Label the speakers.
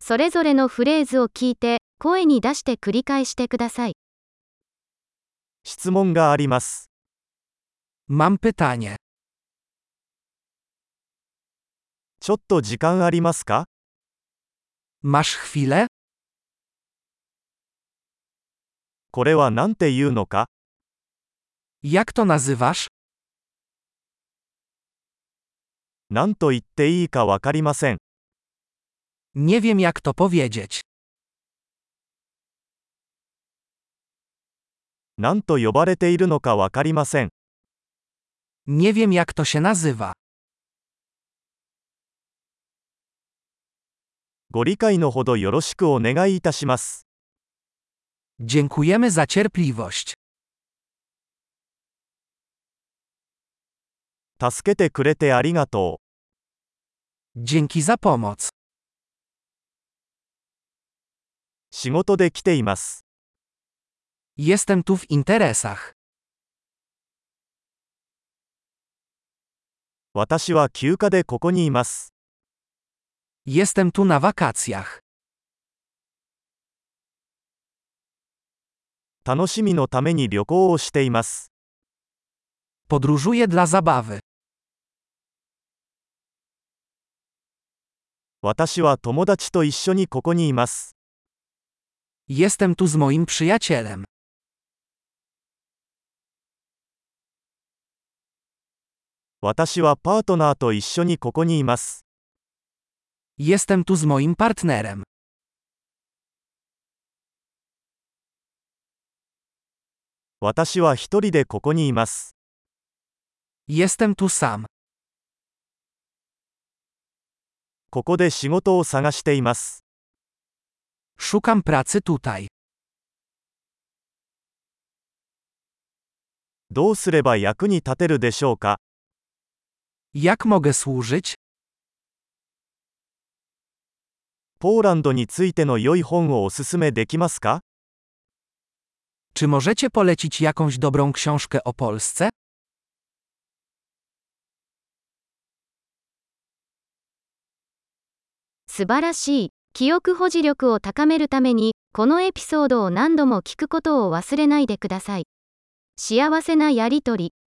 Speaker 1: それぞれのフレーズを聞いて、声に出して繰り返してください。
Speaker 2: 質問があります。
Speaker 3: Mam pytanie.
Speaker 2: ちょっと時間ありますか
Speaker 3: Masz chwilę?
Speaker 2: これは何て言うのか
Speaker 3: Jak to nazywasz?
Speaker 2: 何と言っていいかわかりません。
Speaker 3: Nie wiem jak to powiedzieć.
Speaker 2: 何と呼ばれているのかわかりません。
Speaker 3: Nie wiem jak to się nazywa.
Speaker 2: ご理解のほどよろしくお願いいたします。
Speaker 3: Dziękujemy za cierpliwość.
Speaker 2: 助けてくれてありがとう。
Speaker 3: Dzięki za pomoc.
Speaker 2: 仕事で来ています。
Speaker 3: Jestem tu w interesach.
Speaker 2: 私は休暇でここにいます。
Speaker 3: Jestem tu na wakacjach.
Speaker 2: 楽しみのために旅行をしています。
Speaker 3: Podróżuję dla zabawy.
Speaker 2: 私は友達と一緒にここにいます。
Speaker 3: Jestem tu z moim przyjacielem.
Speaker 2: 私はパートナーと一緒にここにいます。
Speaker 3: Jestem tu z moim partnerem.
Speaker 2: 私は一人でここにいます。
Speaker 3: Jestem tu sam.
Speaker 2: ここで仕事を探しています。
Speaker 3: Szukam pracy tutaj.
Speaker 2: どうすれば役に立てるでしょうか
Speaker 3: Jak mogę służyć?
Speaker 2: ポーランドについての良い本をおすすめできますか
Speaker 3: Czy możecie polecić jakąś dobrą książkę o Polsce?
Speaker 1: 素晴らしい。記憶保持力を高めるために、このエピソードを何度も聞くことを忘れないでください。幸せなやりとり。